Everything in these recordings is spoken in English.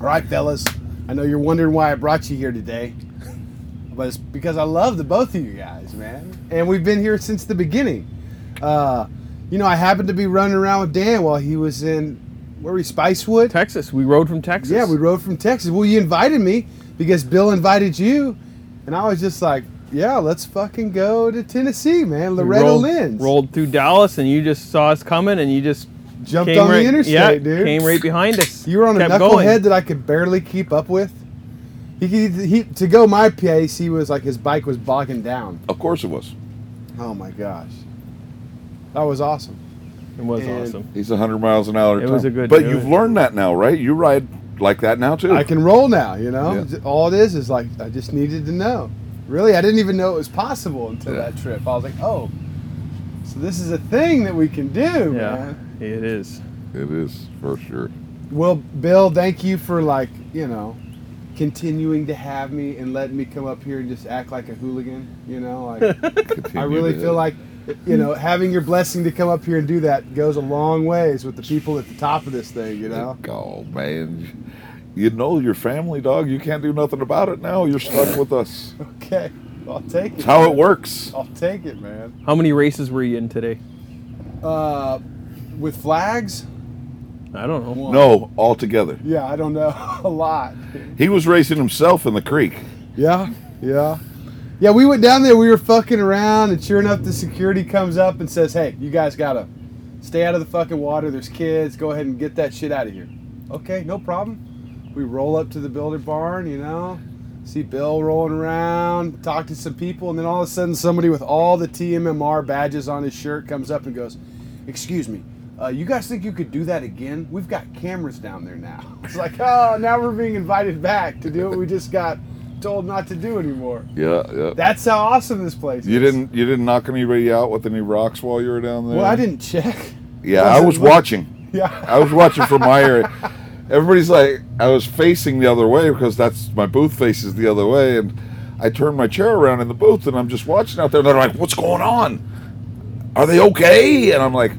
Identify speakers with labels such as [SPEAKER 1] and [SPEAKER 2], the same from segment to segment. [SPEAKER 1] All right, fellas. I know you're wondering why I brought you here today, but it's because I love the both of you guys, man. And we've been here since the beginning. Uh, you know, I happened to be running around with Dan while he was in where were we Spicewood.
[SPEAKER 2] Texas. We rode from Texas.
[SPEAKER 1] Yeah, we rode from Texas. Well, you invited me because Bill invited you, and I was just like, "Yeah, let's fucking go to Tennessee, man."
[SPEAKER 2] We
[SPEAKER 1] Loretta
[SPEAKER 2] rolled,
[SPEAKER 1] Lynn's
[SPEAKER 2] rolled through Dallas, and you just saw us coming, and you just
[SPEAKER 1] jumped
[SPEAKER 2] came
[SPEAKER 1] on
[SPEAKER 2] right,
[SPEAKER 1] the interstate,
[SPEAKER 2] yeah,
[SPEAKER 1] dude.
[SPEAKER 2] Came right behind us.
[SPEAKER 1] You were on a
[SPEAKER 2] Kept
[SPEAKER 1] knucklehead
[SPEAKER 2] going.
[SPEAKER 1] that I could barely keep up with. He, he, he to go my pace, he was like his bike was bogging down.
[SPEAKER 3] Of course it was.
[SPEAKER 1] Oh my gosh, that was awesome.
[SPEAKER 2] It was
[SPEAKER 1] And-
[SPEAKER 2] awesome.
[SPEAKER 3] He's 100 miles an hour. at
[SPEAKER 2] It
[SPEAKER 3] a
[SPEAKER 2] was
[SPEAKER 3] time.
[SPEAKER 2] a good
[SPEAKER 3] But
[SPEAKER 2] dude.
[SPEAKER 3] you've learned that now, right? You ride like that now too.
[SPEAKER 1] I can roll now, you know.
[SPEAKER 3] Yeah.
[SPEAKER 1] All it is is like I just needed to know. Really, I didn't even know it was possible until
[SPEAKER 3] Yeah.
[SPEAKER 1] that trip. I was like, oh, so this is a thing that we can do,
[SPEAKER 2] Yeah,
[SPEAKER 1] man.
[SPEAKER 2] it is.
[SPEAKER 3] It is for sure.
[SPEAKER 1] Well, Bill, thank you for like you know continuing to have me and letting me come up here and just act like a hooligan. You know, like. I
[SPEAKER 3] Continue
[SPEAKER 1] really
[SPEAKER 3] to-
[SPEAKER 1] feel like, you know, having your blessing to come up here and do that goes a long ways with the people at the top of this thing, you know?
[SPEAKER 3] Oh man, you know your family, dog. You can't do nothing about it now. You're stuck with us.
[SPEAKER 1] Okay, I'll take it.
[SPEAKER 3] It's how it
[SPEAKER 1] man.
[SPEAKER 3] works.
[SPEAKER 1] I'll take it, man.
[SPEAKER 2] How many races were you in today?
[SPEAKER 1] Uh, with flags?
[SPEAKER 2] I don't know.
[SPEAKER 1] One.
[SPEAKER 3] No, altogether.
[SPEAKER 1] Yeah, I don't know. a lot.
[SPEAKER 3] He was racing himself in the creek.
[SPEAKER 1] Yeah, yeah. Yeah, we went down there, we were fucking around, and sure enough, the security comes up and says, hey, you guys gotta stay out of the fucking water. There's kids. Go ahead and get that shit out of here. Okay, no problem. We roll up to the builder barn, you know, see Bill rolling around, talk to some people, and then all of a sudden, somebody with all the TMMR badges on his shirt comes up and goes, Excuse me. Uh, you guys think you could do that again? We've got cameras down there now. It's like, oh, now we're being invited back to do what we just got told not to do anymore.
[SPEAKER 3] Yeah, yeah.
[SPEAKER 1] That's how awesome this place
[SPEAKER 3] you
[SPEAKER 1] is.
[SPEAKER 3] didn't uh, you didn't knock anybody out with any rocks while you were down there.
[SPEAKER 1] Well, I didn't check.
[SPEAKER 3] Yeah, I
[SPEAKER 1] Wasn't
[SPEAKER 3] was
[SPEAKER 1] looking-
[SPEAKER 3] watching.
[SPEAKER 1] Yeah.
[SPEAKER 3] I was watching from my area. Everybody's like, I was facing the other way because that's my booth faces the other way, and I turned my chair around in the booth, and I'm just watching out there. And they're like, "What's going on? Are they okay?" And I'm like,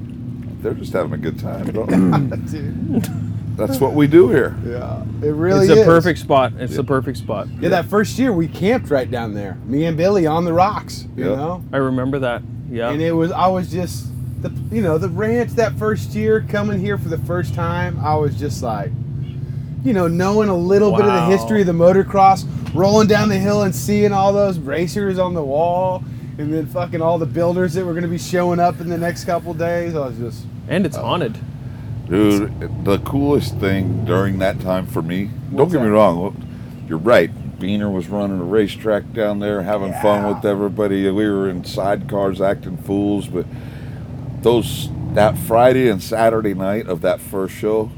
[SPEAKER 3] "They're just having a good time.
[SPEAKER 1] Mm.
[SPEAKER 3] Don't-
[SPEAKER 1] Dude.
[SPEAKER 3] that's what we do here."
[SPEAKER 1] Yeah, it really
[SPEAKER 2] it's
[SPEAKER 1] is.
[SPEAKER 2] a perfect spot. It's the perfect spot.
[SPEAKER 1] Yeah, that first year we camped right down there. Me and Billy on the rocks, you
[SPEAKER 3] Yeah.
[SPEAKER 1] know.
[SPEAKER 2] I remember that. Yeah.
[SPEAKER 1] And it was I was just the you know the ranch that first year coming here for the first time. I was just like, you know, knowing a little bit of the
[SPEAKER 2] Wow.
[SPEAKER 1] history of the motocross, rolling down the hill and seeing all those racers on the wall, and then fucking all the builders that were going to be showing up in the next couple days. I was just
[SPEAKER 2] and it's haunted.
[SPEAKER 3] Dude, the coolest thing during that time for me, don't
[SPEAKER 1] What's
[SPEAKER 3] get me
[SPEAKER 1] that?
[SPEAKER 3] wrong, you're right. Beener was running a racetrack down there, having fun with everybody. We were in sidecars acting fools, but those that Friday and Saturday night of that first show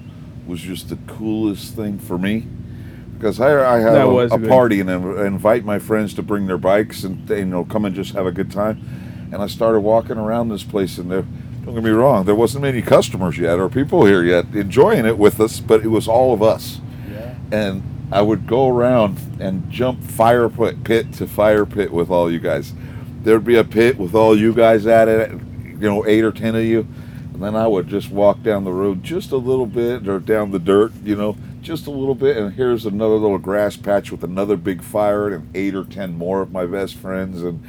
[SPEAKER 3] was just the coolest thing for me. Because I, I have
[SPEAKER 2] That
[SPEAKER 3] a,
[SPEAKER 2] was
[SPEAKER 3] a
[SPEAKER 2] good.
[SPEAKER 3] party and I invite my friends to bring their bikes and they, you know come and just have a good time. And I started walking around this place and there, don't get me wrong, there wasn't many customers yet or people here yet enjoying it with us, but it was all of us.
[SPEAKER 1] yeah.
[SPEAKER 3] And I would go around and jump fire pit, pit to fire pit with all you guys. There'd be a pit with all you guys at it, you know, eight or ten of you. And then I would just walk down the road just a little bit or down the dirt, you know, just a little bit. And here's another little grass patch with another big fire and eight or ten more of my best friends. And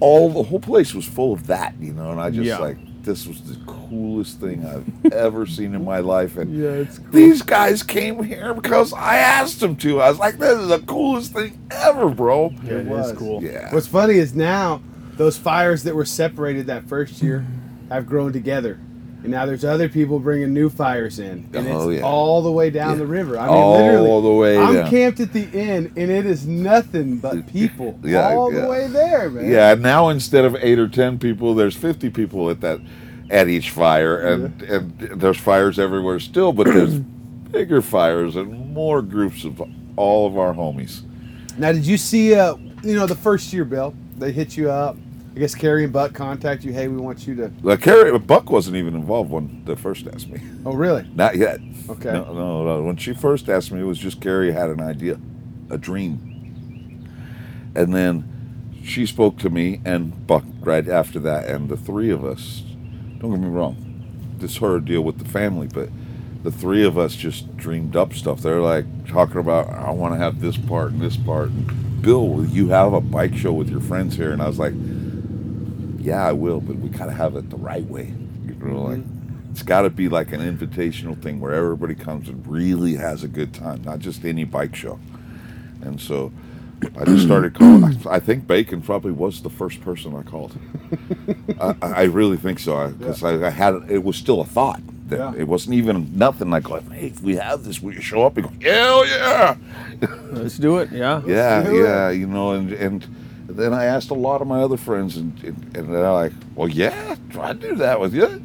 [SPEAKER 3] all the whole place was full of that, you know. And I just
[SPEAKER 2] Yeah.
[SPEAKER 3] like, this was the coolest thing I've ever seen in my life. And
[SPEAKER 2] Yeah, it's
[SPEAKER 3] these guys came here because I asked them to. I was like, this is the coolest thing ever, bro.
[SPEAKER 2] Yeah, it
[SPEAKER 1] was.
[SPEAKER 2] is cool.
[SPEAKER 3] Yeah.
[SPEAKER 1] What's funny is now those fires that were separated that first year have grown together. And now there's other people bringing new fires in, and it's
[SPEAKER 3] Oh, yeah.
[SPEAKER 1] all the way down
[SPEAKER 3] Yeah.
[SPEAKER 1] the river. I mean,
[SPEAKER 3] All
[SPEAKER 1] literally,
[SPEAKER 3] the way
[SPEAKER 1] I'm
[SPEAKER 3] down.
[SPEAKER 1] camped at the inn, and it is nothing but people
[SPEAKER 3] Yeah,
[SPEAKER 1] all
[SPEAKER 3] yeah.
[SPEAKER 1] the way there, man.
[SPEAKER 3] Yeah, now instead of eight or ten people, there's fifty people at that at each fire and and there's fires everywhere still, but there's bigger fires and more groups of all of our homies.
[SPEAKER 1] Now, did you see? Uh, you know, the first year, Bill, they hit you up. I guess Carrie and Buck contact you. Hey, we want you to.
[SPEAKER 3] Like Carrie Buck wasn't even involved when the first asked me.
[SPEAKER 1] Oh, really?
[SPEAKER 3] Not yet.
[SPEAKER 1] Okay.
[SPEAKER 3] No, no, no. When she first asked me, it was just Carrie had an idea, a dream. And then she spoke to me and Buck right after that, and the three of us. Don't get me wrong, this her deal with the family, but the three of us just dreamed up stuff. They're like talking about, I want to have this part and this part. And Bill, will you have a bike show with your friends here? And I was like, Yeah, I will, but we gotta have it the right way. You know, like it's got to be like an invitational thing where everybody comes and really has a good time, not just any bike show. And so I just started calling. I, I think Bacon probably was the first person I called. I, I I really think so because I, I had it was still a thought. That
[SPEAKER 1] Yeah.
[SPEAKER 3] It wasn't even nothing like, like, hey, if we have this, will you show up? And go, hell yeah!
[SPEAKER 2] Let's do it. Yeah.
[SPEAKER 3] yeah,
[SPEAKER 1] do it.
[SPEAKER 3] yeah, you know, and and then I asked a lot of my other friends, and and, and they're like, well, yeah, I do that with you,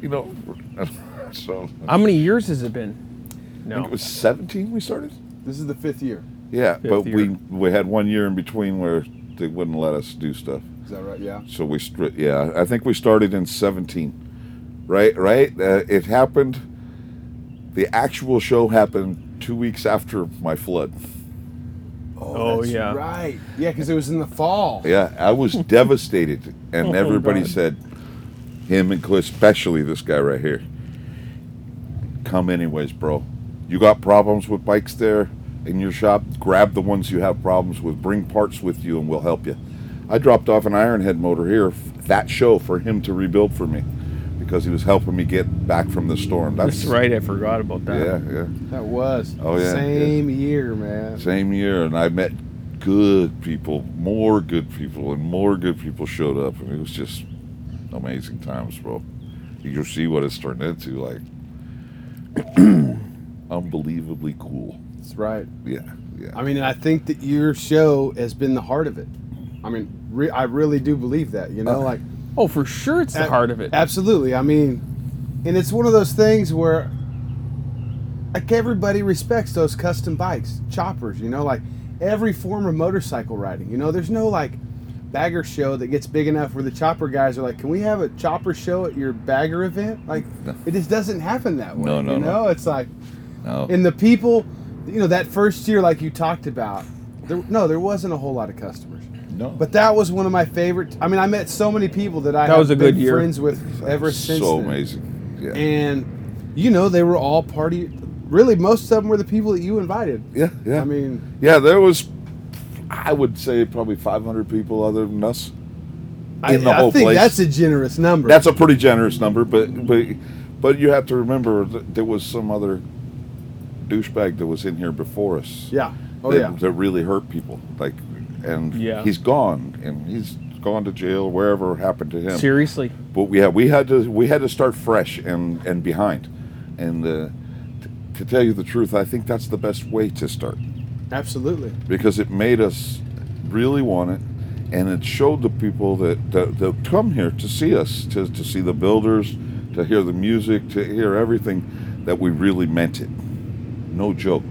[SPEAKER 3] you know. So I
[SPEAKER 2] How many years has it been?
[SPEAKER 3] think it
[SPEAKER 2] No.
[SPEAKER 3] was 17 we started.
[SPEAKER 1] This is the fifth year.
[SPEAKER 3] Yeah,
[SPEAKER 2] Fifth
[SPEAKER 3] but we
[SPEAKER 2] year.
[SPEAKER 3] we had one year in between where they wouldn't let us do stuff.
[SPEAKER 1] Is that right? Yeah.
[SPEAKER 3] So we stri- yeah, I think we started in 17. Right, right. Uh, it happened. The actual show happened two weeks after my flood.
[SPEAKER 2] Oh,
[SPEAKER 1] that's
[SPEAKER 2] yeah.
[SPEAKER 1] Right. Yeah, because it was in the fall.
[SPEAKER 3] Yeah, I was devastated, and
[SPEAKER 2] Oh,
[SPEAKER 3] everybody
[SPEAKER 2] God.
[SPEAKER 3] said, him and Cliff, especially this guy right here. Come anyways, bro. You got problems with bikes there in your shop? Grab the ones you have problems with. Bring parts with you, and we'll help you. I dropped off an Ironhead motor here f- that show for him to rebuild for me because he was helping me get back from the storm.
[SPEAKER 2] That's right. I forgot about that.
[SPEAKER 3] Yeah, yeah.
[SPEAKER 1] That was.
[SPEAKER 3] Oh, yeah, yeah.
[SPEAKER 1] Same year, man.
[SPEAKER 3] Same year, and I met good people, more good people, and more good people showed up, and it was just amazing times, bro. You can see what it's turned into, like unbelievably cool.
[SPEAKER 1] That's right.
[SPEAKER 3] Yeah, yeah.
[SPEAKER 1] I mean, and I think that your show has been the heart of it. I mean, re- I really do believe that. You know, like
[SPEAKER 2] Oh, for sure, it's the
[SPEAKER 1] Ab-
[SPEAKER 2] heart of it.
[SPEAKER 1] Absolutely. I mean, and it's one of those things where like everybody respects those custom bikes, choppers, you know, like every form of motorcycle riding. You know, there's no like bagger show that gets big enough where the chopper guys are like, "Can we have a chopper show at your bagger event?" Like
[SPEAKER 3] No.
[SPEAKER 1] it just doesn't happen that way.
[SPEAKER 3] No, no,
[SPEAKER 1] you
[SPEAKER 3] no.
[SPEAKER 1] know, it's like
[SPEAKER 3] no,
[SPEAKER 1] and the people, you know, that first year like you talked about, there no, there wasn't a whole lot of customers.
[SPEAKER 3] no.
[SPEAKER 1] But that was one of my favorite. I mean, I met so many people that I
[SPEAKER 2] That
[SPEAKER 1] have
[SPEAKER 2] was a
[SPEAKER 1] been
[SPEAKER 2] good year.
[SPEAKER 1] friends with ever since.
[SPEAKER 3] so
[SPEAKER 1] then.
[SPEAKER 3] amazing. Yeah,
[SPEAKER 1] And you know, they were all party. Really, most of them were the people that you invited.
[SPEAKER 3] yeah, yeah.
[SPEAKER 1] I mean,
[SPEAKER 3] yeah, there was, I would say, probably 500 people other than us.
[SPEAKER 1] I,
[SPEAKER 3] In the
[SPEAKER 1] I
[SPEAKER 3] whole
[SPEAKER 1] think
[SPEAKER 3] place.
[SPEAKER 1] that's a generous number.
[SPEAKER 3] That's a pretty generous number, but but but you have to remember that there was some other douchebag that was in here before us.
[SPEAKER 1] yeah. Oh
[SPEAKER 3] that,
[SPEAKER 1] yeah.
[SPEAKER 3] that really hurt people. Like, and
[SPEAKER 2] Yeah.
[SPEAKER 3] he's gone, and he's gone to jail wherever happened to him.
[SPEAKER 2] Seriously.
[SPEAKER 3] But yeah, we had to we had to start fresh and and behind, and uh, t- to tell you the truth, I think that's the best way to start
[SPEAKER 1] Absolutely.
[SPEAKER 3] because it made us really want it and it showed the people that, that, that come here to see us to, to see the builders to hear the music to hear everything that we really meant it no joke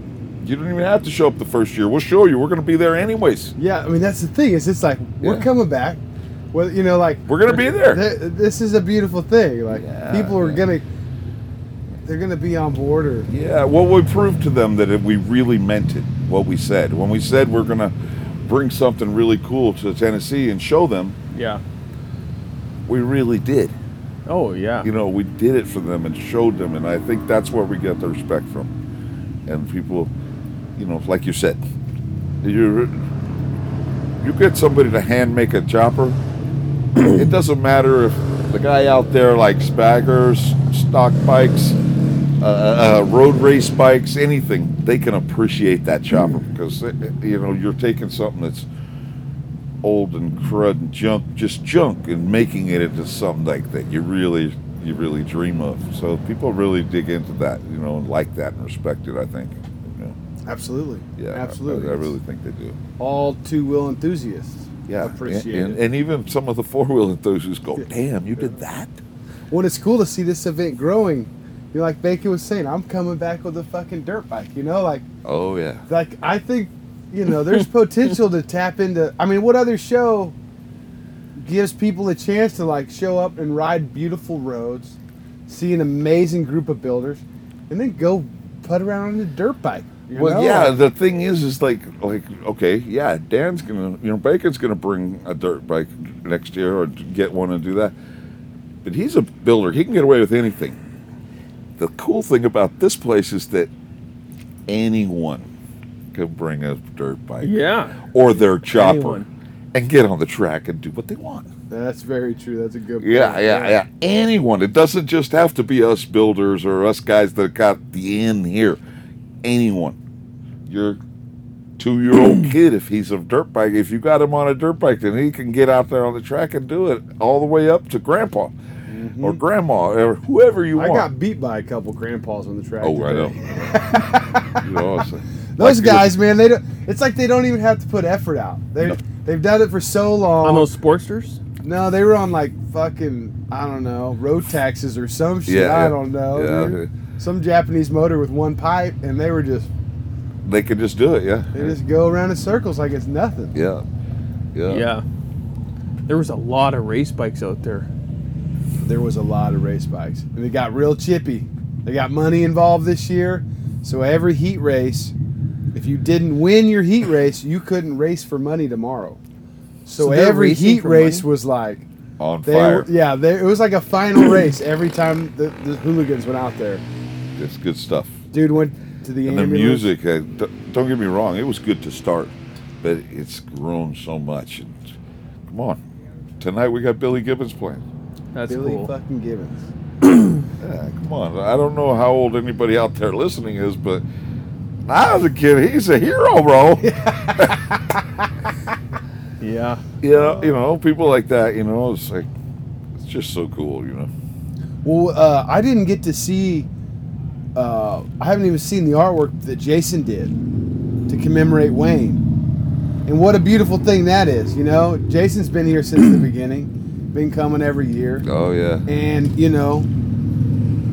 [SPEAKER 3] you don't even have to show up the first year we'll show you we're going to be there anyways
[SPEAKER 1] Yeah. I mean, that's the thing. Is it's like we're
[SPEAKER 3] Yeah.
[SPEAKER 1] coming back. Well, you know, like
[SPEAKER 3] we're going to be there
[SPEAKER 1] th- this is a beautiful thing. Like
[SPEAKER 3] Yeah,
[SPEAKER 1] people are
[SPEAKER 3] yeah.
[SPEAKER 1] gonna, they're gonna be on board. Or
[SPEAKER 3] Yeah, well, we proved to them that it, we really meant it, what we said. When we said we're going to bring something really cool to Tennessee and show them,
[SPEAKER 2] Yeah.
[SPEAKER 3] we really did.
[SPEAKER 2] Oh yeah.
[SPEAKER 3] You know, we did it for them and showed them, and I think that's where we get the respect from. And people, you know, like you said, you you get somebody to hand make a chopper. it doesn't matter if the guy out there likes baggers, stock bikes, uh, uh, road race bikes, anything. They can appreciate that chopper because you know you're taking something that's old and crud and junk, just junk, and making it into something like that you really, you really dream of. So people really dig into that, you know, and like that and respect it. I think. You know,
[SPEAKER 1] absolutely.
[SPEAKER 3] yeah, I-
[SPEAKER 1] Absolutely.
[SPEAKER 3] I, really think they do.
[SPEAKER 1] All two wheel enthusiasts.
[SPEAKER 3] Yeah, and-
[SPEAKER 1] Appreciate
[SPEAKER 3] and,
[SPEAKER 1] it.
[SPEAKER 3] and even some of the four wheel enthusiasts go, "Damn, you did that."
[SPEAKER 1] Well, it's cool to see this event growing. You know, like Bacon was saying, I'm coming back with a fucking dirt bike. You know, like
[SPEAKER 3] Oh yeah,
[SPEAKER 1] like I think you know there's potential to tap into. I mean, what other show gives people a chance to like show up and ride beautiful roads, see an amazing group of builders, and then go put around on a dirt bike? you
[SPEAKER 3] Well,
[SPEAKER 1] know?
[SPEAKER 3] yeah. The thing is, is like, like, okay, yeah. Dan's gonna, you know, Bacon's gonna bring a dirt bike next year or get one and do that. But he's a builder; he can get away with anything. the cool thing about this place is that anyone could bring a dirt bike
[SPEAKER 2] Yeah.
[SPEAKER 3] or their chopper
[SPEAKER 2] Anyone.
[SPEAKER 3] and get on the track and do what they want.
[SPEAKER 1] That's very true. That's a good point.
[SPEAKER 3] Yeah, yeah, yeah. Anyone. It doesn't just have to be us builders or us guys that got the in here. Anyone. Your two year old kid, if he's a dirt bike, if you got him on a dirt bike, then he can get out there on the track and do it all the way up to grandpa or grandma or whoever you
[SPEAKER 1] Mm-hmm. I
[SPEAKER 3] want.
[SPEAKER 1] got beat by a couple grandpas on the track.
[SPEAKER 3] oh, I know.
[SPEAKER 1] today.
[SPEAKER 3] you know what I'm saying?
[SPEAKER 1] Those
[SPEAKER 3] Like,
[SPEAKER 1] guys, man, they don't. It's like they don't even have to put effort out. They
[SPEAKER 3] No.
[SPEAKER 1] they've done it for so long.
[SPEAKER 2] On those Sportsters?
[SPEAKER 1] no, they were on like fucking I don't know road taxes or some shit.
[SPEAKER 3] Yeah,
[SPEAKER 1] I
[SPEAKER 3] yeah.
[SPEAKER 1] don't know.
[SPEAKER 3] Yeah,
[SPEAKER 1] dude. Some Japanese motor with one pipe, and they were just
[SPEAKER 3] They can just do it, yeah.
[SPEAKER 1] they just go around in circles like it's nothing.
[SPEAKER 3] Yeah. Yeah.
[SPEAKER 2] Yeah. There was a lot of race bikes out there.
[SPEAKER 1] There was a lot of race bikes, and it got real chippy. They got money involved this year, so every heat race, if you didn't win your heat race, you couldn't race for money tomorrow. So,
[SPEAKER 2] So they're
[SPEAKER 1] every
[SPEAKER 2] racing
[SPEAKER 1] heat
[SPEAKER 2] for
[SPEAKER 1] race
[SPEAKER 2] money?
[SPEAKER 1] was like.
[SPEAKER 3] On
[SPEAKER 1] They
[SPEAKER 3] fire.
[SPEAKER 1] were, yeah, they, it was like a final race every time the, the hooligans went out there.
[SPEAKER 3] It's good stuff.
[SPEAKER 1] Dude went to the
[SPEAKER 3] And the
[SPEAKER 1] ambulance.
[SPEAKER 3] music, uh, d- don't get me wrong, it was good to start, but it's grown so much. And come on, tonight we got Billy Gibbons playing.
[SPEAKER 2] That's
[SPEAKER 1] Billy
[SPEAKER 2] cool.
[SPEAKER 1] fucking Gibbons.
[SPEAKER 3] Yeah, come on. I don't know how old anybody out there listening is, but when I was a kid, he's a hero, bro.
[SPEAKER 2] Yeah.
[SPEAKER 3] you know, you know, people like that. You know, it's like it's just so cool. You know,
[SPEAKER 1] Well, uh, I didn't get to see. Uh, I haven't even seen the artwork that Jason did to commemorate Wayne, and what a beautiful thing that is. You know, Jason's been here since the beginning, been coming every year,
[SPEAKER 3] oh yeah,
[SPEAKER 1] and you know,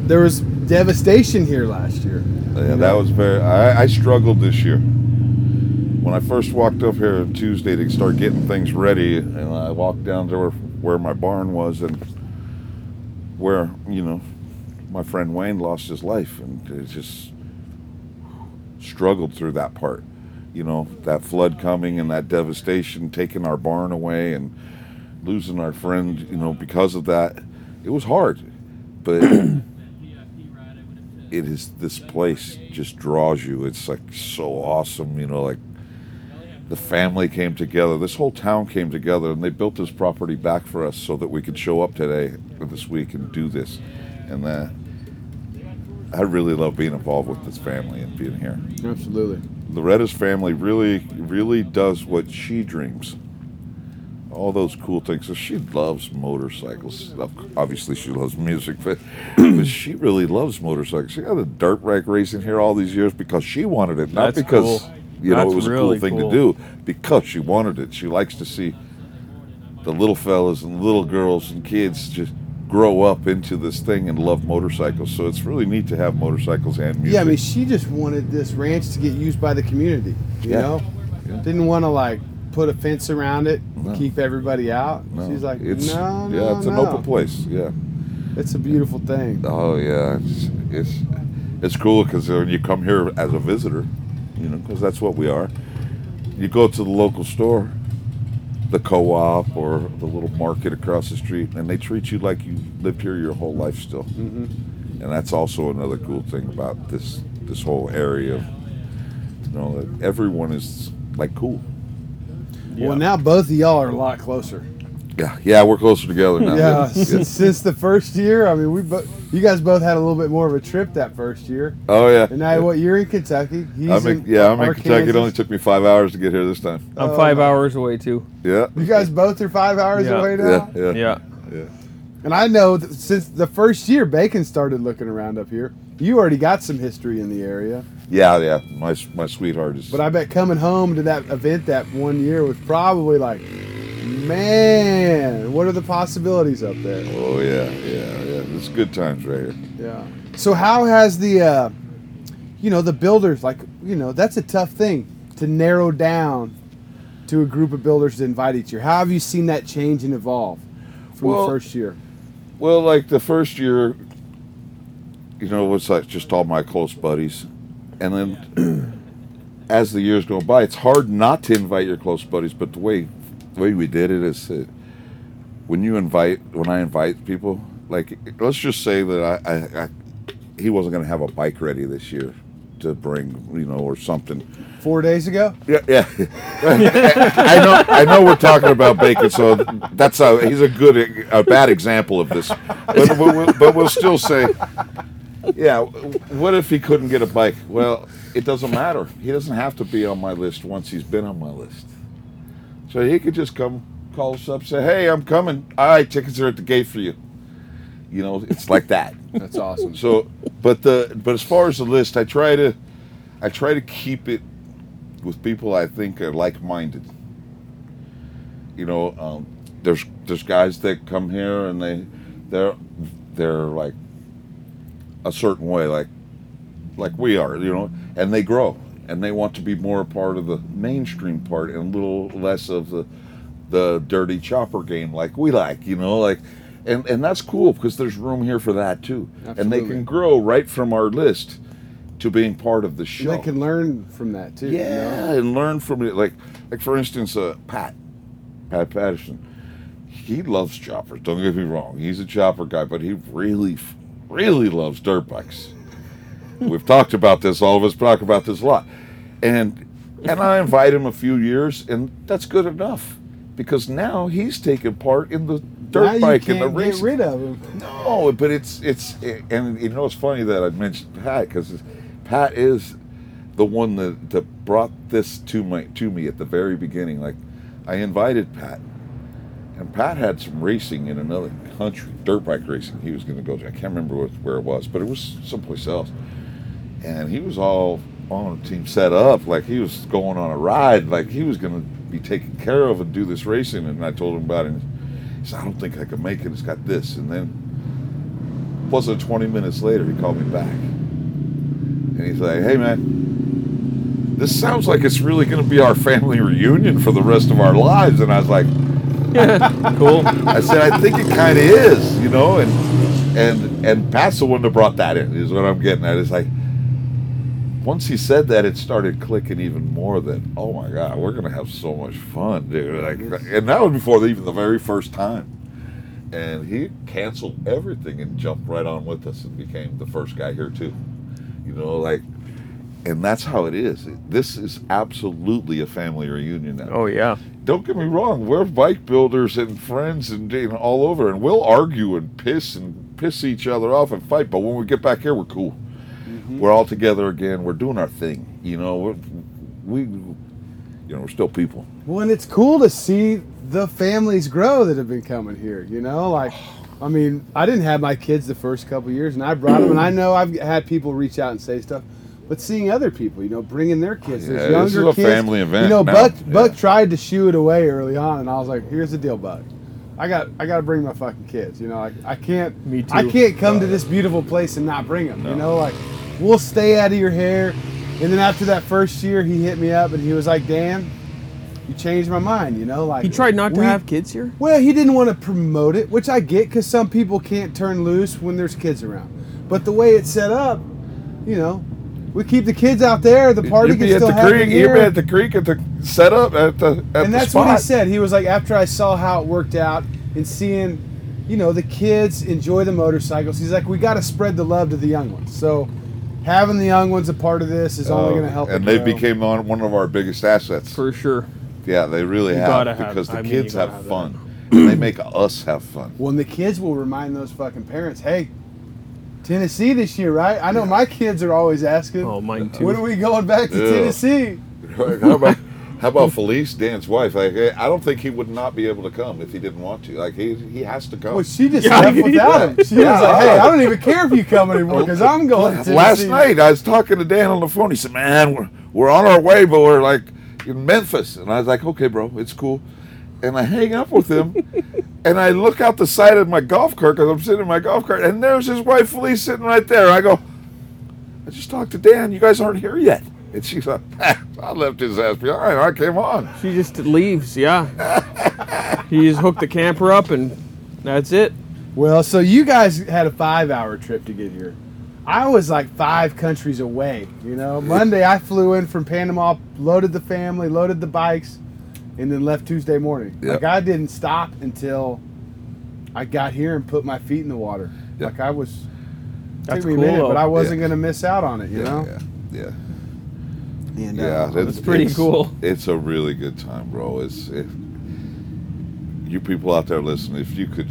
[SPEAKER 1] there was devastation here last year.
[SPEAKER 3] yeah. That was very. I, I struggled this year. When I first walked up here on Tuesday to start getting things ready, and I walked down to where, where my barn was, and where you know my friend Wayne lost his life, and it just struggled through that part. You know that flood coming and that devastation, taking our barn away, and losing our friend. You know because of that, it was hard, but it is this place just draws you. It's like so awesome. You know like. The family came together. This whole town came together, and they built this property back for us so that we could show up today, this week, and do this. And uh, I really love being involved with this family and being here.
[SPEAKER 1] Absolutely.
[SPEAKER 3] Loretta's family really, really does what she dreams. All those cool things. So she loves motorcycles. Ob- Obviously, she loves music, but, but she really loves motorcycles. She got a dirt bike racing here all these years because she wanted it, not
[SPEAKER 2] That's
[SPEAKER 3] because
[SPEAKER 2] cool.
[SPEAKER 3] you know it
[SPEAKER 2] That's
[SPEAKER 3] was a cool
[SPEAKER 2] really
[SPEAKER 3] thing
[SPEAKER 2] cool.
[SPEAKER 3] to do. Because she wanted it. She likes to see the little fellas and little girls and kids just grow up into this thing and love motorcycles. So it's really neat to have motorcycles and music.
[SPEAKER 1] Yeah, I mean, she just wanted this ranch to get used by the community. You
[SPEAKER 3] Yeah.
[SPEAKER 1] know, didn't want to like put a fence around it,
[SPEAKER 3] No.
[SPEAKER 1] keep everybody out.
[SPEAKER 3] No,
[SPEAKER 1] She's like,
[SPEAKER 3] it's,
[SPEAKER 1] no,
[SPEAKER 3] yeah,
[SPEAKER 1] no,
[SPEAKER 3] it's an
[SPEAKER 1] no.
[SPEAKER 3] open place. Yeah.
[SPEAKER 1] It's a beautiful thing.
[SPEAKER 3] Oh yeah, it's it's, it's cool because when you come here as a visitor, you know, because that's what we are. You go to the local store, the co-op or the little market across the street, and they treat you like you lived here your whole life still.
[SPEAKER 1] Mhm.
[SPEAKER 3] And that's also another cool thing about this this whole area. You know, that everyone is like cool.
[SPEAKER 2] Yeah.
[SPEAKER 1] Well, now both of y'all are a lot closer.
[SPEAKER 3] Yeah, yeah, we're closer together now.
[SPEAKER 1] yeah,
[SPEAKER 3] Yeah.
[SPEAKER 1] since, since the first year, I mean, we both, you guys both had a little bit more of a trip that first year.
[SPEAKER 3] Oh yeah.
[SPEAKER 1] And now, what you're in Kentucky? He's
[SPEAKER 3] I'm in,
[SPEAKER 1] in,
[SPEAKER 3] yeah, I'm in
[SPEAKER 1] Arkansas.
[SPEAKER 3] Kentucky. It only took me five hours to get here this time.
[SPEAKER 2] I'm
[SPEAKER 1] Oh.
[SPEAKER 2] five hours away too.
[SPEAKER 3] Yeah.
[SPEAKER 1] You guys both are five hours
[SPEAKER 2] Yeah.
[SPEAKER 1] away now.
[SPEAKER 3] Yeah, yeah,
[SPEAKER 2] Yeah.
[SPEAKER 3] yeah.
[SPEAKER 1] And I know that since the first year Bacon started looking around up here, you already got some history in the area.
[SPEAKER 3] Yeah, yeah. My s- my sweetheart is.
[SPEAKER 1] But I bet coming home to that event that one year was probably like, man, what are the possibilities up there?
[SPEAKER 3] oh yeah, yeah, yeah. It's good times right here.
[SPEAKER 1] Yeah. So how has the, uh, you know, the builders like, you know, that's a tough thing to narrow down to a group of builders to invite each year. How have you seen that change and evolve from
[SPEAKER 3] Well-
[SPEAKER 1] the first year?
[SPEAKER 3] Well, like the first year, you know, it was like just all my close buddies, and then as the years go by, it's hard not to invite your close buddies. But the way the way we did it is that when you invite, when I invite people, like let's just say that I I, I he wasn't going to have a bike ready this year to bring, you know, or something.
[SPEAKER 1] Four days ago?
[SPEAKER 3] Yeah, yeah. I know. I know. We're talking about bacon, so that's a he's a good a bad example of this. But, we'll, but we'll still say, yeah. What if he couldn't get a bike? Well, it doesn't matter. He doesn't have to be on my list once he's been on my list. So he could just come, call us up, say, "Hey, I'm coming. All right, tickets are at the gate for you." You know, it's like that.
[SPEAKER 1] That's awesome.
[SPEAKER 3] So, but the but as far as the list, I try to, I try to keep it with people I think are like-minded. You know, um, there's there's guys that come here and they they're they're like a certain way, like like we are, you know, and they grow and they want to be more a part of the mainstream part and a little less of the the dirty chopper game like we like, you know, like. And, and that's cool because there's room here for that too, and they
[SPEAKER 1] Absolutely.
[SPEAKER 3] can grow right from our list to being part of the show.
[SPEAKER 1] They can learn from that too. you
[SPEAKER 3] Yeah,
[SPEAKER 1] know?
[SPEAKER 3] and learn from it. Like, like for instance, uh, Pat, Pat Patterson, he loves choppers. Don't get me wrong; he's a chopper guy, but he really, really loves dirt bikes. We've talked about this. All of us talk about this a lot, and and I invite him a few years, and that's good enough because now he's taking part in the dirt
[SPEAKER 1] Now you
[SPEAKER 3] bike
[SPEAKER 1] can't
[SPEAKER 3] and the
[SPEAKER 1] get
[SPEAKER 3] race.
[SPEAKER 1] rid of them.
[SPEAKER 3] No, Oh, but it's it's and you know it's funny that I mentioned Pat because Pat is the one that, that brought this to my to me at the very beginning. Like I invited Pat, and Pat had some racing in another country, dirt bike racing. He was going to go to. I can't remember what, where it was, but it was someplace else. And he was all on the team set up, like he was going on a ride, like he was going to be taken care of and do this racing. And I told him about it. And he said, "I don't think I can make it. It's got this." And then wasn't 20 minutes later, he called me back. And he's like, hey, man, this sounds like it's really going to be our family reunion for the rest of our lives. And I was like,
[SPEAKER 2] cool.
[SPEAKER 3] I said, I think it kind of is, you know, and and and Pat's the one that brought that in is what I'm getting at. It's like once he said that, it started clicking even more. That oh my god, we're gonna have so much fun, dude! Like, and that was before the, even the very first time. And he canceled everything and jumped right on with us and became the first guy here too. You know, like, and that's how it is. This is absolutely a family reunion now
[SPEAKER 2] Oh yeah.
[SPEAKER 3] don't get me wrong, we're bike builders and friends and, and all over, and we'll argue and piss and piss each other off and fight. But when we get back here, we're cool.
[SPEAKER 1] Mm-hmm.
[SPEAKER 3] We're all together again. We're doing our thing. You know, we're, we, you know, we're still people.
[SPEAKER 1] Well, and it's cool to see the families grow that have been coming here. You know, like, I mean, I didn't have my kids the first couple years, and I brought them, and I know I've had people reach out and say stuff. But seeing other people, you know, bringing their kids,
[SPEAKER 3] Yeah,
[SPEAKER 1] there's
[SPEAKER 3] this
[SPEAKER 1] younger
[SPEAKER 3] is a
[SPEAKER 1] kids.
[SPEAKER 3] family event
[SPEAKER 1] You know,
[SPEAKER 3] now.
[SPEAKER 1] Buck
[SPEAKER 3] Yeah.
[SPEAKER 1] Buck tried to shoo it away early on, and I was like, "Here's the deal, Buck. I got I got to bring my fucking kids. You know, I, I can't.
[SPEAKER 2] Me too.
[SPEAKER 1] I can't come to this beautiful place and not bring them. You know, like we'll stay out of your hair. And then after that first year, he hit me up and he was like, "Dan, you changed my mind." You know, like
[SPEAKER 2] He tried not to
[SPEAKER 1] we-
[SPEAKER 2] have kids here.
[SPEAKER 1] Well, he didn't want to promote it, which I get because some people can't turn loose when there's kids around. But the way it's set up, you know, we keep the kids out there. The party
[SPEAKER 3] you
[SPEAKER 1] can
[SPEAKER 3] be at
[SPEAKER 1] still
[SPEAKER 3] the
[SPEAKER 1] happen
[SPEAKER 3] creek. You
[SPEAKER 1] here
[SPEAKER 3] be at the creek at the setup at the at
[SPEAKER 1] and
[SPEAKER 3] the
[SPEAKER 1] that's
[SPEAKER 3] spot.
[SPEAKER 1] what he said. He was like, after I saw how it worked out and seeing, you know, the kids enjoy the motorcycles. He's like, we got to spread the love to the young ones. So having the young ones a part of this is only
[SPEAKER 3] Uh,
[SPEAKER 1] going to help.
[SPEAKER 3] and
[SPEAKER 1] it
[SPEAKER 3] they
[SPEAKER 1] grow.
[SPEAKER 3] became on one of our biggest assets.
[SPEAKER 2] For sure.
[SPEAKER 3] yeah, they really
[SPEAKER 2] You
[SPEAKER 3] have
[SPEAKER 2] gotta have-
[SPEAKER 3] because the
[SPEAKER 2] I mean, you
[SPEAKER 3] kids
[SPEAKER 2] gotta
[SPEAKER 3] have,
[SPEAKER 2] have that.
[SPEAKER 3] fun. and they make us have fun.
[SPEAKER 1] Well, and the kids will remind those fucking parents, hey, Tennessee this year, right? I know my kids are always asking,
[SPEAKER 2] Oh, mine too.
[SPEAKER 1] when are we going back to
[SPEAKER 3] Yeah.
[SPEAKER 1] Tennessee?
[SPEAKER 3] how about how about Felice, Dan's wife? Like, eh, I don't think he would not be able to come if he didn't want to. Like he he has to come.
[SPEAKER 1] Well, she just
[SPEAKER 2] Yeah.
[SPEAKER 1] left without him. She was like, hey,
[SPEAKER 3] Yeah.
[SPEAKER 1] I don't even care if you come anymore because I'm going to Tennessee.
[SPEAKER 3] Last night I was talking to Dan on the phone. He said, "Man, we're we're on our way, but we're like in Memphis." And I was like, "Okay, bro, it's cool." And I hang up with him, and I look out the side of my golf cart because I'm sitting in my golf cart, and there's his wife Felice sitting right there. I go, "I just talked to Dan. You guys aren't here yet." And she's like, "I left his ass behind. I came on."
[SPEAKER 2] She just leaves. Yeah. he just hooked the camper up and that's it.
[SPEAKER 1] Well, so you guys had a five hour trip to get here. I was like five countries away, you know. Monday I flew in from Panama, loaded the family, loaded the bikes, and then left Tuesday morning.
[SPEAKER 3] Yep.
[SPEAKER 1] Like I didn't stop until I got here and put my feet in the water.
[SPEAKER 3] Yep.
[SPEAKER 1] Like I was
[SPEAKER 2] That's
[SPEAKER 1] took me
[SPEAKER 2] cool,
[SPEAKER 1] a minute, but
[SPEAKER 2] though.
[SPEAKER 1] I wasn't gonna miss out on it, you
[SPEAKER 3] yeah,
[SPEAKER 1] know.
[SPEAKER 3] yeah, yeah.
[SPEAKER 1] And, uh,
[SPEAKER 3] Yeah,
[SPEAKER 2] That's pretty cool.
[SPEAKER 3] It's a really good time, bro. It's it, you people out there listening. If you could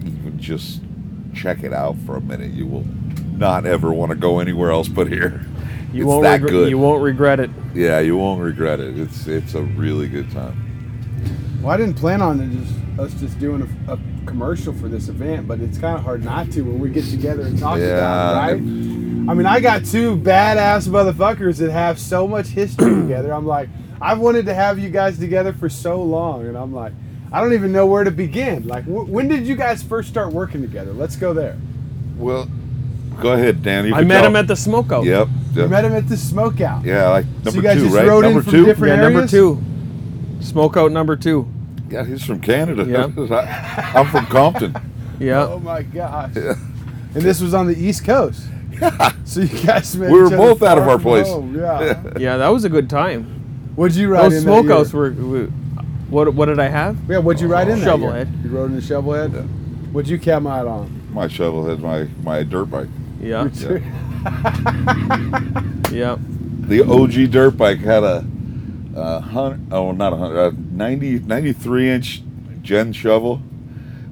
[SPEAKER 3] even just check it out for a minute, you will not ever want to go anywhere else but here.
[SPEAKER 2] You
[SPEAKER 3] it's
[SPEAKER 2] won't
[SPEAKER 3] that
[SPEAKER 2] regre-
[SPEAKER 3] good.
[SPEAKER 2] You won't regret it.
[SPEAKER 3] yeah, you won't regret it. It's it's a really good time.
[SPEAKER 1] Well, I didn't plan on it, just, us just doing a, a commercial for this event, but it's kind of hard not to when we get together and talk about it,
[SPEAKER 3] Yeah.
[SPEAKER 1] right? I mean, I got two badass motherfuckers that have so much history together. I'm like, I've wanted to have you guys together for so long, and I'm like, I don't even know where to begin. Like, wh- when did you guys first start working together? Let's go there.
[SPEAKER 3] Well, go ahead, Dan. You
[SPEAKER 2] I
[SPEAKER 3] can
[SPEAKER 2] met
[SPEAKER 3] tell.
[SPEAKER 2] him at the smokeout.
[SPEAKER 3] Yep.
[SPEAKER 1] You
[SPEAKER 3] yep.
[SPEAKER 1] met him at the smokeout.
[SPEAKER 3] Yeah, like number
[SPEAKER 1] So you guys
[SPEAKER 3] two,
[SPEAKER 1] just
[SPEAKER 3] right?
[SPEAKER 1] rode in
[SPEAKER 3] number
[SPEAKER 1] from
[SPEAKER 3] two.
[SPEAKER 1] different-
[SPEAKER 2] Yeah, number
[SPEAKER 1] areas?
[SPEAKER 2] two. Smokeout number two.
[SPEAKER 3] Yeah, he's from Canada.
[SPEAKER 2] Yeah.
[SPEAKER 3] I, I'm from Compton.
[SPEAKER 2] Yeah.
[SPEAKER 1] Oh my gosh. And this was on the East Coast. So you guys met
[SPEAKER 3] We were
[SPEAKER 1] each other
[SPEAKER 3] both out of
[SPEAKER 1] far
[SPEAKER 3] our
[SPEAKER 1] from
[SPEAKER 3] place.
[SPEAKER 1] home, Yeah.
[SPEAKER 2] Yeah, that was a good time.
[SPEAKER 1] What'd you ride
[SPEAKER 2] Those
[SPEAKER 1] in that year?
[SPEAKER 2] smokeouts were, were. What what did I have?
[SPEAKER 1] Yeah, what'd you ride in? that
[SPEAKER 2] Shovel
[SPEAKER 1] year?
[SPEAKER 2] head.
[SPEAKER 1] You rode in the shovel head. What'd you cam out on?
[SPEAKER 3] My shovel had my my dirt bike.
[SPEAKER 2] Yeah.
[SPEAKER 3] Yeah.
[SPEAKER 2] Yeah.
[SPEAKER 3] the OG dirt bike had a, a hundred, oh not a hundred, a 90, 93 inch gen shovel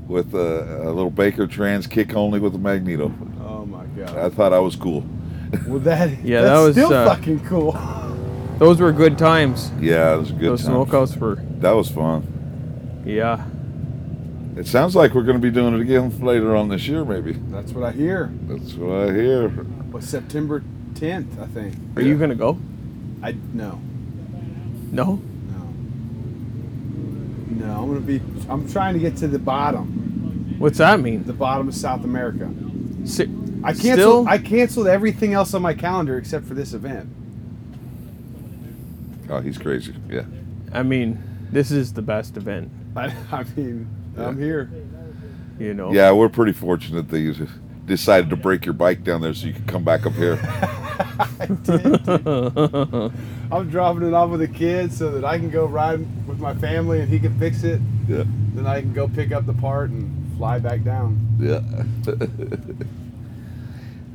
[SPEAKER 3] with a, a little Baker Trans kick only with a magneto.
[SPEAKER 1] Oh my
[SPEAKER 3] I
[SPEAKER 1] god.
[SPEAKER 3] thought I was cool.
[SPEAKER 1] Well, that
[SPEAKER 2] Yeah,
[SPEAKER 1] that's
[SPEAKER 2] that was,
[SPEAKER 1] still
[SPEAKER 2] uh,
[SPEAKER 1] fucking cool.
[SPEAKER 2] Those were good times.
[SPEAKER 3] Yeah, it was a good
[SPEAKER 2] Those
[SPEAKER 3] time.
[SPEAKER 2] smokeouts were.
[SPEAKER 3] That was fun.
[SPEAKER 2] Yeah.
[SPEAKER 3] It sounds like we're going to be doing it again later on this year, maybe.
[SPEAKER 1] That's what I hear.
[SPEAKER 3] That's what I hear.
[SPEAKER 1] Was September 10th, I think.
[SPEAKER 2] Are you gonna go?
[SPEAKER 1] I no,
[SPEAKER 2] No.
[SPEAKER 1] no, no. I'm gonna be. I'm trying to get to the bottom,
[SPEAKER 2] What's that mean?
[SPEAKER 1] the bottom of South America.
[SPEAKER 2] Si-
[SPEAKER 1] I canceled.
[SPEAKER 2] Still?
[SPEAKER 1] I canceled everything else on my calendar except for this event.
[SPEAKER 3] Oh, he's crazy. Yeah.
[SPEAKER 2] I mean, this is the best event.
[SPEAKER 1] I, I mean, I'm
[SPEAKER 3] Yeah.
[SPEAKER 1] here.
[SPEAKER 2] You know.
[SPEAKER 3] Yeah, we're pretty fortunate that you decided to break your bike down there so you could come back up here.
[SPEAKER 1] I'm dropping it off with the kids so that I can go ride with my family and he can fix it.
[SPEAKER 3] Yeah.
[SPEAKER 1] Then I can go pick up the part and fly back down.
[SPEAKER 3] Yeah.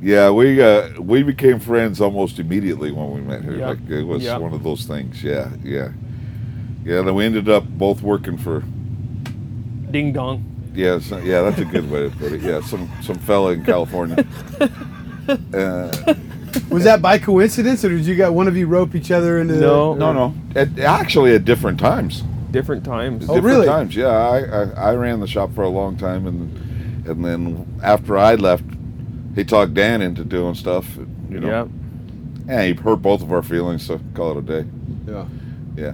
[SPEAKER 3] yeah, we uh, we became friends almost immediately when we met here.
[SPEAKER 2] Yeah.
[SPEAKER 3] Like it was
[SPEAKER 2] Yeah.
[SPEAKER 3] one of those things. Yeah, yeah, yeah. Then we ended up both working for.
[SPEAKER 2] Ding dong.
[SPEAKER 3] Yeah, so, yeah, that's a good way to put it. Yeah, some some fella in California. Uh,
[SPEAKER 1] Was that by coincidence, or did you got one of you rope each other into?
[SPEAKER 2] No.
[SPEAKER 3] no, no. At, actually, at different times.
[SPEAKER 2] Different times.
[SPEAKER 1] Oh,
[SPEAKER 3] different
[SPEAKER 1] really?
[SPEAKER 3] times. Yeah, I, I I ran the shop for a long time, and and then after I left, he talked Dan into doing stuff. You know.
[SPEAKER 2] Yeah.
[SPEAKER 3] Yeah, he hurt both of our feelings, so call it a day.
[SPEAKER 1] Yeah.
[SPEAKER 3] Yeah.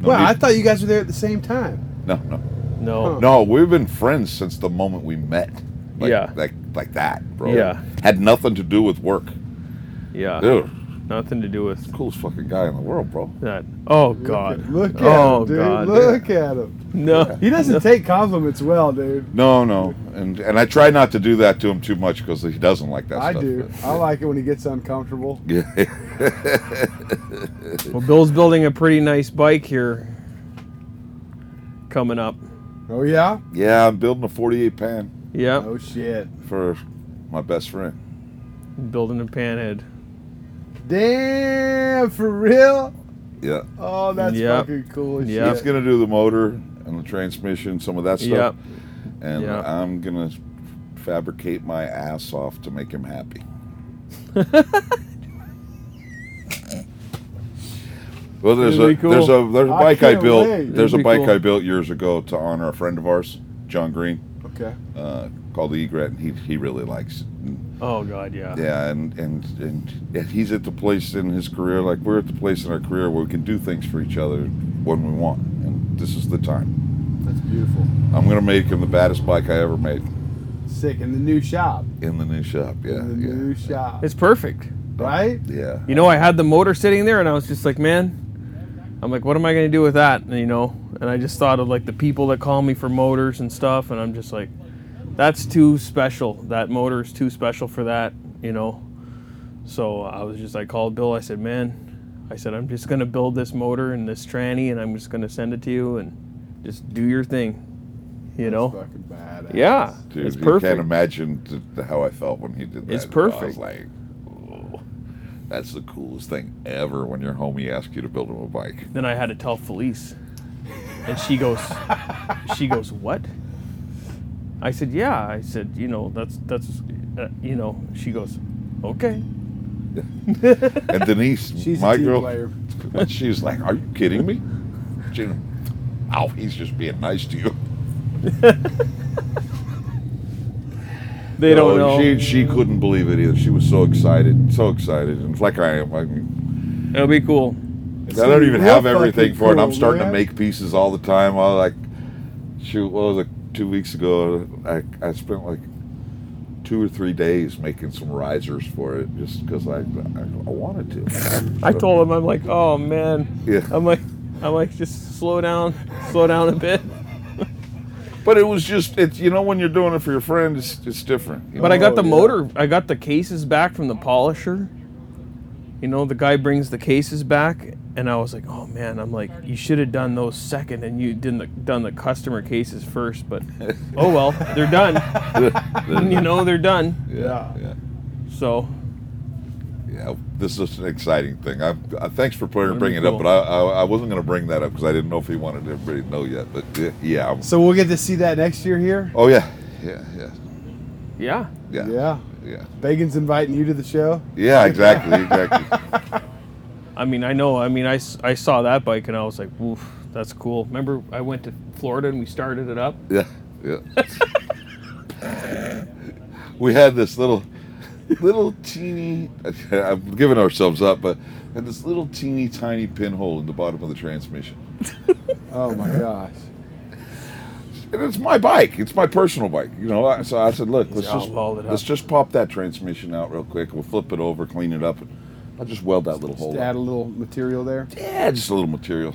[SPEAKER 3] No,
[SPEAKER 1] Well,
[SPEAKER 3] he-
[SPEAKER 1] I thought you guys were there at the same time.
[SPEAKER 3] no, no,
[SPEAKER 2] No.
[SPEAKER 1] Huh.
[SPEAKER 3] no. We've been friends since the moment we met. Like,
[SPEAKER 2] Yeah.
[SPEAKER 3] like like that, bro.
[SPEAKER 2] Yeah. Uh.
[SPEAKER 3] had nothing to do with work.
[SPEAKER 2] Yeah.
[SPEAKER 3] Dude,
[SPEAKER 2] Nothing to do with
[SPEAKER 3] coolest fucking guy in the world, bro.
[SPEAKER 2] that. Oh
[SPEAKER 1] Look
[SPEAKER 2] God.
[SPEAKER 1] at- Look at
[SPEAKER 2] oh
[SPEAKER 1] him, dude.
[SPEAKER 2] God.
[SPEAKER 1] Look at him.
[SPEAKER 2] No.
[SPEAKER 1] He doesn't take compliments well, dude.
[SPEAKER 3] No, no, and and I try not to do that to him too much because he doesn't like that
[SPEAKER 1] I
[SPEAKER 3] stuff.
[SPEAKER 1] do. I like it when he gets uncomfortable.
[SPEAKER 3] Yeah.
[SPEAKER 2] Well, Bill's building a pretty nice bike here. Coming up.
[SPEAKER 1] Oh yeah.
[SPEAKER 3] yeah, I'm building a 48 pan
[SPEAKER 2] Yeah.
[SPEAKER 1] Oh shit.
[SPEAKER 3] for my best friend.
[SPEAKER 2] Building a panhead.
[SPEAKER 1] Damn, for real.
[SPEAKER 3] Yeah.
[SPEAKER 1] Oh, that's
[SPEAKER 2] Yep.
[SPEAKER 1] fucking cool. as
[SPEAKER 2] Yep.
[SPEAKER 3] He's
[SPEAKER 1] shit.
[SPEAKER 3] gonna do the motor and the transmission, some of that
[SPEAKER 2] Yep.
[SPEAKER 3] stuff, and
[SPEAKER 2] Yep.
[SPEAKER 3] I'm gonna fabricate my ass off to make him happy. well, there's
[SPEAKER 2] It'll
[SPEAKER 3] a
[SPEAKER 2] be cool.
[SPEAKER 3] there's a there's a
[SPEAKER 1] I
[SPEAKER 3] bike I,
[SPEAKER 1] can't
[SPEAKER 3] built.
[SPEAKER 1] wait.
[SPEAKER 3] There's
[SPEAKER 2] It'll
[SPEAKER 3] a
[SPEAKER 2] be
[SPEAKER 3] bike
[SPEAKER 2] cool.
[SPEAKER 3] I built years ago to honor a friend of ours, John Green,
[SPEAKER 1] Okay.
[SPEAKER 3] uh, called the Egret, and he he really likes it. And,
[SPEAKER 2] Oh God. Yeah.
[SPEAKER 3] yeah, and, and and and he's at the place in his career, like we're at the place in our career where we can do things for each other when we want, and this is the time.
[SPEAKER 1] That's beautiful.
[SPEAKER 3] I'm gonna make him the baddest bike I ever made
[SPEAKER 1] Sick in the new shop.
[SPEAKER 3] in the new shop. Yeah,
[SPEAKER 1] in the
[SPEAKER 3] yeah,
[SPEAKER 1] new shop.
[SPEAKER 2] It's perfect.
[SPEAKER 1] Right?
[SPEAKER 3] yeah.
[SPEAKER 2] You know, I had the motor sitting there, and I was just like, man, I'm like, what am I gonna do with that? And, you know, and I just thought of like the people that call me for motors and stuff, and I'm just like, that's too special. That motor is too special for that. You know. So I was just, I called Bill. I said, man, I said, I'm just gonna build this motor and this tranny, and I'm just gonna send it to you, and just do your thing. you know?
[SPEAKER 1] Fucking badass.
[SPEAKER 2] Yeah.
[SPEAKER 3] Dude,
[SPEAKER 2] it's
[SPEAKER 3] you
[SPEAKER 2] perfect.
[SPEAKER 3] can't imagine th- th- how I felt when he did that.
[SPEAKER 2] It's
[SPEAKER 3] I was
[SPEAKER 2] perfect.
[SPEAKER 3] like, "Oh, that's the coolest thing ever when your homie asks you to build him a bike.
[SPEAKER 2] then I had to tell Felice. And she goes, she goes, what? I said, yeah. I said, you know, that's that's, uh, you know. She goes, okay.
[SPEAKER 3] And Denise,
[SPEAKER 1] She's a
[SPEAKER 3] my
[SPEAKER 1] team
[SPEAKER 3] girl,
[SPEAKER 1] player.
[SPEAKER 3] and she's like, "Are you kidding me?" She, oh, he's just being nice to you.
[SPEAKER 2] They don't
[SPEAKER 3] No,
[SPEAKER 2] know.
[SPEAKER 3] She she couldn't believe it either. She was so excited, so excited, and it's like I am. I, mean,
[SPEAKER 2] It'll be cool.
[SPEAKER 3] I don't even
[SPEAKER 1] real
[SPEAKER 3] have
[SPEAKER 1] fucking
[SPEAKER 3] everything for it. I'm
[SPEAKER 1] cool,
[SPEAKER 3] starting
[SPEAKER 1] man.
[SPEAKER 3] to make pieces all the time. I like, shoot, what was it? Two weeks ago, I I spent like two or three days making some risers for it, just because I, I I wanted to.
[SPEAKER 2] I told him, I'm like, oh man.
[SPEAKER 3] Yeah.
[SPEAKER 2] I'm like, I'm like, just slow down, slow down a bit.
[SPEAKER 3] But it was just it's you know when you're doing it for your friend, it's it's different. you
[SPEAKER 2] But I got
[SPEAKER 3] know?
[SPEAKER 2] the
[SPEAKER 3] Oh, Yeah.
[SPEAKER 2] motor, I got the cases back from the polisher. You know, the guy brings the cases back, and I was like, oh man, I'm like, you should have done those second, and you didn't done the customer cases first. But oh well, they're done. you know, they're done.
[SPEAKER 3] Yeah, yeah.
[SPEAKER 2] So
[SPEAKER 3] Yeah, this is an exciting thing. I, I thanks for putting,
[SPEAKER 2] be
[SPEAKER 3] bringing it up,
[SPEAKER 2] cool.
[SPEAKER 3] but I, I, I wasn't going to bring that up because I didn't know if he wanted everybody to know yet. But yeah, yeah. I'm-
[SPEAKER 1] So we'll get to see that next year here.
[SPEAKER 3] Oh yeah, yeah, yeah,
[SPEAKER 2] yeah,
[SPEAKER 3] yeah,
[SPEAKER 1] Yeah.
[SPEAKER 3] yeah,
[SPEAKER 1] Bacon's inviting you to the show.
[SPEAKER 3] yeah. Exactly, exactly.
[SPEAKER 2] I mean, I know. I mean, I, s- I saw that bike, and I was like, oof, that's cool. Remember, I went to Florida and we started it up.
[SPEAKER 3] Yeah, yeah. we had this little, little teeny. I'm giving ourselves up, but had this little teeny tiny pinhole in the bottom of the transmission.
[SPEAKER 1] Oh my gosh.
[SPEAKER 3] And it's my bike. It's my personal bike. You know, I- so I said, look, let's
[SPEAKER 2] all
[SPEAKER 3] just
[SPEAKER 2] welded up.
[SPEAKER 3] let's just pop that transmission out real quick. We'll flip it over, clean it up, and I'll just weld that little
[SPEAKER 1] Just
[SPEAKER 3] hole.
[SPEAKER 1] add
[SPEAKER 3] up.
[SPEAKER 1] a little material there.
[SPEAKER 3] Yeah, just a little material.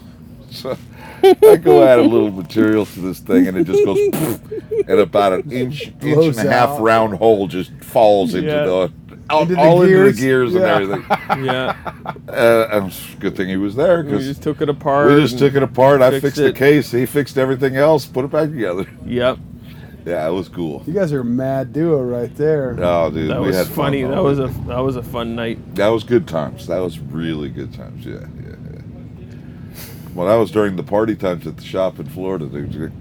[SPEAKER 3] So I go add a little material to this thing, and it just goes, poof, and about an inch, inch
[SPEAKER 1] Blows
[SPEAKER 3] and a half
[SPEAKER 1] out.
[SPEAKER 3] round hole just falls into
[SPEAKER 2] Yeah.
[SPEAKER 3] the out,
[SPEAKER 1] Into the
[SPEAKER 3] all into
[SPEAKER 1] gears?
[SPEAKER 3] the gears
[SPEAKER 1] Yeah.
[SPEAKER 3] and everything.
[SPEAKER 2] Yeah,
[SPEAKER 3] Uh, and good thing he was there
[SPEAKER 2] we
[SPEAKER 3] because
[SPEAKER 2] just took it apart.
[SPEAKER 3] we just
[SPEAKER 2] and-
[SPEAKER 3] took it apart. I
[SPEAKER 2] fixed
[SPEAKER 3] fixed the
[SPEAKER 2] it.
[SPEAKER 3] case. He fixed everything else. Put it back together.
[SPEAKER 2] Yep,
[SPEAKER 3] Yeah, it was cool.
[SPEAKER 1] You guys are a mad duo right there.
[SPEAKER 3] Oh, dude,
[SPEAKER 2] that
[SPEAKER 3] we
[SPEAKER 2] was
[SPEAKER 3] had fun
[SPEAKER 2] funny.
[SPEAKER 3] all
[SPEAKER 2] That
[SPEAKER 3] the
[SPEAKER 2] was
[SPEAKER 3] way.
[SPEAKER 2] a that was a fun night.
[SPEAKER 3] that was good times. That was really good times. Yeah, yeah, yeah. Well, that was during the party times at the shop in Florida, dude.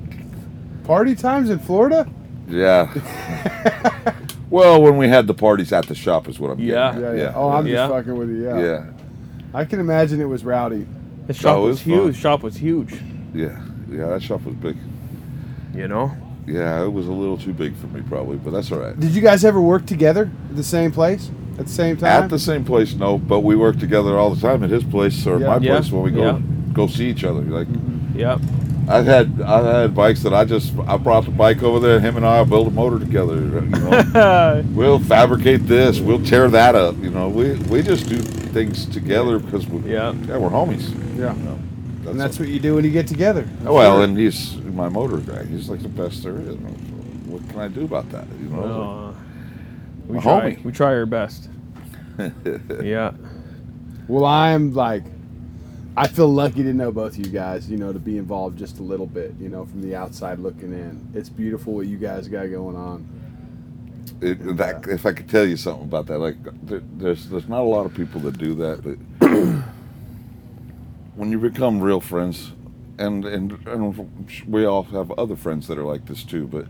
[SPEAKER 1] Party times in Florida?
[SPEAKER 3] Yeah. well, when we had the parties at the shop is what I'm getting.
[SPEAKER 2] Yeah.
[SPEAKER 3] at.
[SPEAKER 1] Yeah, yeah. Oh, I'm
[SPEAKER 2] Yeah.
[SPEAKER 1] just fucking with you. Yeah.
[SPEAKER 3] yeah,
[SPEAKER 1] I can imagine it was rowdy.
[SPEAKER 2] The shop
[SPEAKER 3] it
[SPEAKER 2] was,
[SPEAKER 3] was fun.
[SPEAKER 2] huge. Shop was huge.
[SPEAKER 3] yeah, yeah. That shop was big.
[SPEAKER 2] You know.
[SPEAKER 3] Yeah, it was a little too big for me probably, but that's all right.
[SPEAKER 1] Did you guys ever work together at the same place at the same time?
[SPEAKER 3] At the same place, no, but we work together all the time at his place or
[SPEAKER 1] Yeah. Mm-hmm.
[SPEAKER 3] my
[SPEAKER 2] Yeah.
[SPEAKER 3] place when we go
[SPEAKER 2] Yeah.
[SPEAKER 3] go see each other. Like
[SPEAKER 2] Yep.
[SPEAKER 3] I've had I've had bikes that I just I brought the bike over there. Him and I will build a motor together. You know. we'll fabricate this. We'll tear that up. You know, we we just do things together because we
[SPEAKER 2] Yeah.
[SPEAKER 3] we're homies.
[SPEAKER 1] yeah.
[SPEAKER 3] You know,
[SPEAKER 1] And that's what you do when you get together. I'm
[SPEAKER 3] Oh, well,
[SPEAKER 1] sure.
[SPEAKER 3] and he's my motor guy. He's like the best there is. What can I do about that? You know,
[SPEAKER 2] Uh, we
[SPEAKER 3] My
[SPEAKER 2] try.
[SPEAKER 3] homie.
[SPEAKER 2] We try our best. yeah.
[SPEAKER 1] Well, I'm like, I feel lucky to know both you guys, you know, to be involved just a little bit, you know, from the outside looking in. It's beautiful what you guys got going on.
[SPEAKER 3] It- that- if I could tell you something about that, like there, there's there's not a lot of people that do that, but when you become real friends, and and and we all have other friends that are like this too, but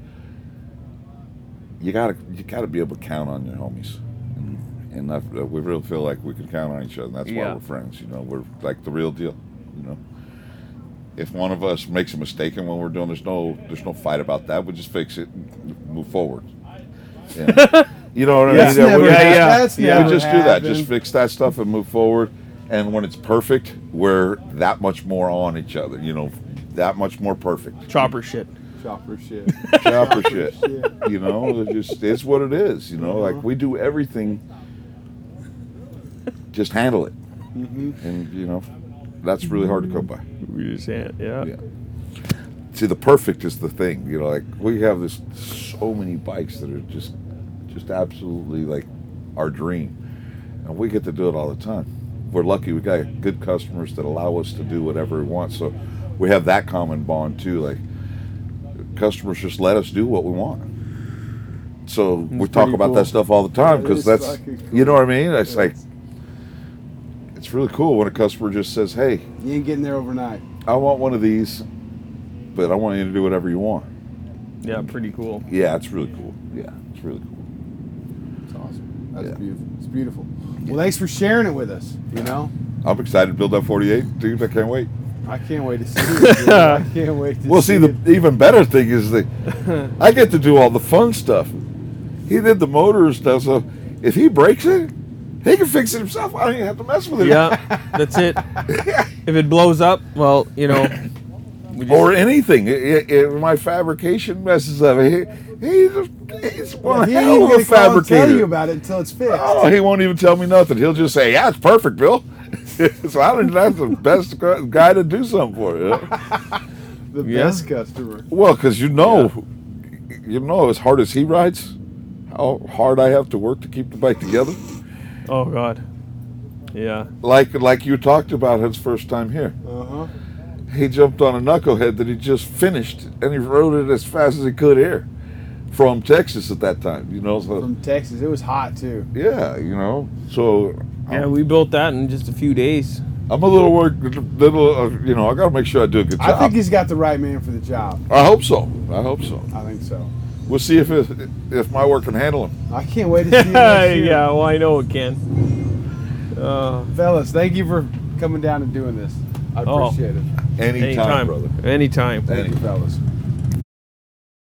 [SPEAKER 3] you gotta you gotta be able to count on your homies. And, and I, we really feel like we can count on each other, and that's why
[SPEAKER 2] Yeah.
[SPEAKER 3] we're friends. You know, we're like the real deal. You know, if one of us makes a mistake and when we're doing there's no there's no fight about that we just fix it and move forward And- you know what i
[SPEAKER 1] That's
[SPEAKER 3] mean
[SPEAKER 1] never
[SPEAKER 3] we,
[SPEAKER 2] yeah,
[SPEAKER 1] happened.
[SPEAKER 2] yeah.
[SPEAKER 1] That's
[SPEAKER 2] Yeah,
[SPEAKER 1] never
[SPEAKER 3] we just do that
[SPEAKER 1] happened.
[SPEAKER 3] just fix that stuff and move forward and when it's perfect we're that much more on each other you know that much more perfect
[SPEAKER 2] Chopper shit.
[SPEAKER 1] Chopper shit.
[SPEAKER 3] chopper shit
[SPEAKER 1] shit. Uh-huh.
[SPEAKER 3] you know it just it's what it is you know like we do everything just handle it
[SPEAKER 1] Mm-hmm.
[SPEAKER 3] and you know that's really hard to come by
[SPEAKER 2] We just had- yeah.
[SPEAKER 3] yeah. See, the perfect is the thing. You know, like we have this so many bikes that are just, just absolutely like our dream, and we get to do it all the time. We're lucky. We got good customers that allow us to do whatever we want. So we have that common bond too. Like customers just let us do what we want. So we
[SPEAKER 2] That's
[SPEAKER 3] talk
[SPEAKER 2] pretty
[SPEAKER 3] about
[SPEAKER 2] cool.
[SPEAKER 3] that stuff all the time
[SPEAKER 1] That
[SPEAKER 3] because
[SPEAKER 1] is
[SPEAKER 3] that's
[SPEAKER 1] fucking cool.
[SPEAKER 3] you know what I mean. It's
[SPEAKER 1] Yeah,
[SPEAKER 3] like it's really cool when a customer just says, "Hey,
[SPEAKER 1] You ain't getting there overnight.
[SPEAKER 3] I want one of these, but I want you to do whatever you want."
[SPEAKER 2] Yeah, pretty cool.
[SPEAKER 3] Yeah, it's really cool. Yeah, it's really cool.
[SPEAKER 1] It's awesome. That's
[SPEAKER 3] Yeah.
[SPEAKER 1] beautiful. It's beautiful. Well, thanks for sharing it with us. You know,
[SPEAKER 3] I'm excited to build that 48, dude. I can't wait.
[SPEAKER 1] I can't wait to see it. dude. I can't wait to
[SPEAKER 3] Well,
[SPEAKER 1] see
[SPEAKER 3] see, the
[SPEAKER 1] it.
[SPEAKER 3] even better thing is that I get to do all the fun stuff. He did the motor and stuff, so if he breaks it, he can fix it himself. I don't even have to mess with it.
[SPEAKER 2] Yeah, that's it. If it blows up, well, you know, we just-
[SPEAKER 3] Or anything. I- I- I- my fabrication messes up. He, he's, a, he's
[SPEAKER 1] Yeah,
[SPEAKER 3] one
[SPEAKER 1] he ain't
[SPEAKER 3] hell
[SPEAKER 1] even
[SPEAKER 3] of
[SPEAKER 1] gonna call and tell you
[SPEAKER 3] a fabricator.
[SPEAKER 1] about it until it's fixed.
[SPEAKER 3] Oh, he won't even tell me nothing. He'll just say, "Yeah, it's perfect, Bill." so I don't. That's the best gu- guy to do something for you.
[SPEAKER 1] the
[SPEAKER 2] yeah.
[SPEAKER 1] best customer.
[SPEAKER 3] Well, because you know, you know, as hard as he rides, how hard I have to work to keep the bike together.
[SPEAKER 2] oh god, yeah,
[SPEAKER 3] Like, like you talked about his first time here,
[SPEAKER 1] Uh huh.
[SPEAKER 3] he jumped on a knucklehead that he just finished, and he rode it as fast as he could here, from Texas at that time. You know, so
[SPEAKER 1] From Texas, it was hot too.
[SPEAKER 3] yeah, you know, so
[SPEAKER 2] yeah.
[SPEAKER 3] I'm,
[SPEAKER 2] We built that in just a few days.
[SPEAKER 3] I'm a little worried, little, uh, you know, I got to make sure I do a good job.
[SPEAKER 1] I think he's got the right man for the job.
[SPEAKER 3] I hope so. I hope so.
[SPEAKER 1] I think so.
[SPEAKER 3] We'll see if it, if my work can handle him.
[SPEAKER 1] I can't wait to see you next year.
[SPEAKER 2] yeah, well, I know it can. Uh,
[SPEAKER 1] Fellas, thank you for coming down and doing this. I
[SPEAKER 2] Oh.
[SPEAKER 1] appreciate it.
[SPEAKER 3] Anytime,
[SPEAKER 2] anytime,
[SPEAKER 3] brother.
[SPEAKER 2] Anytime.
[SPEAKER 1] Thank you, fellas.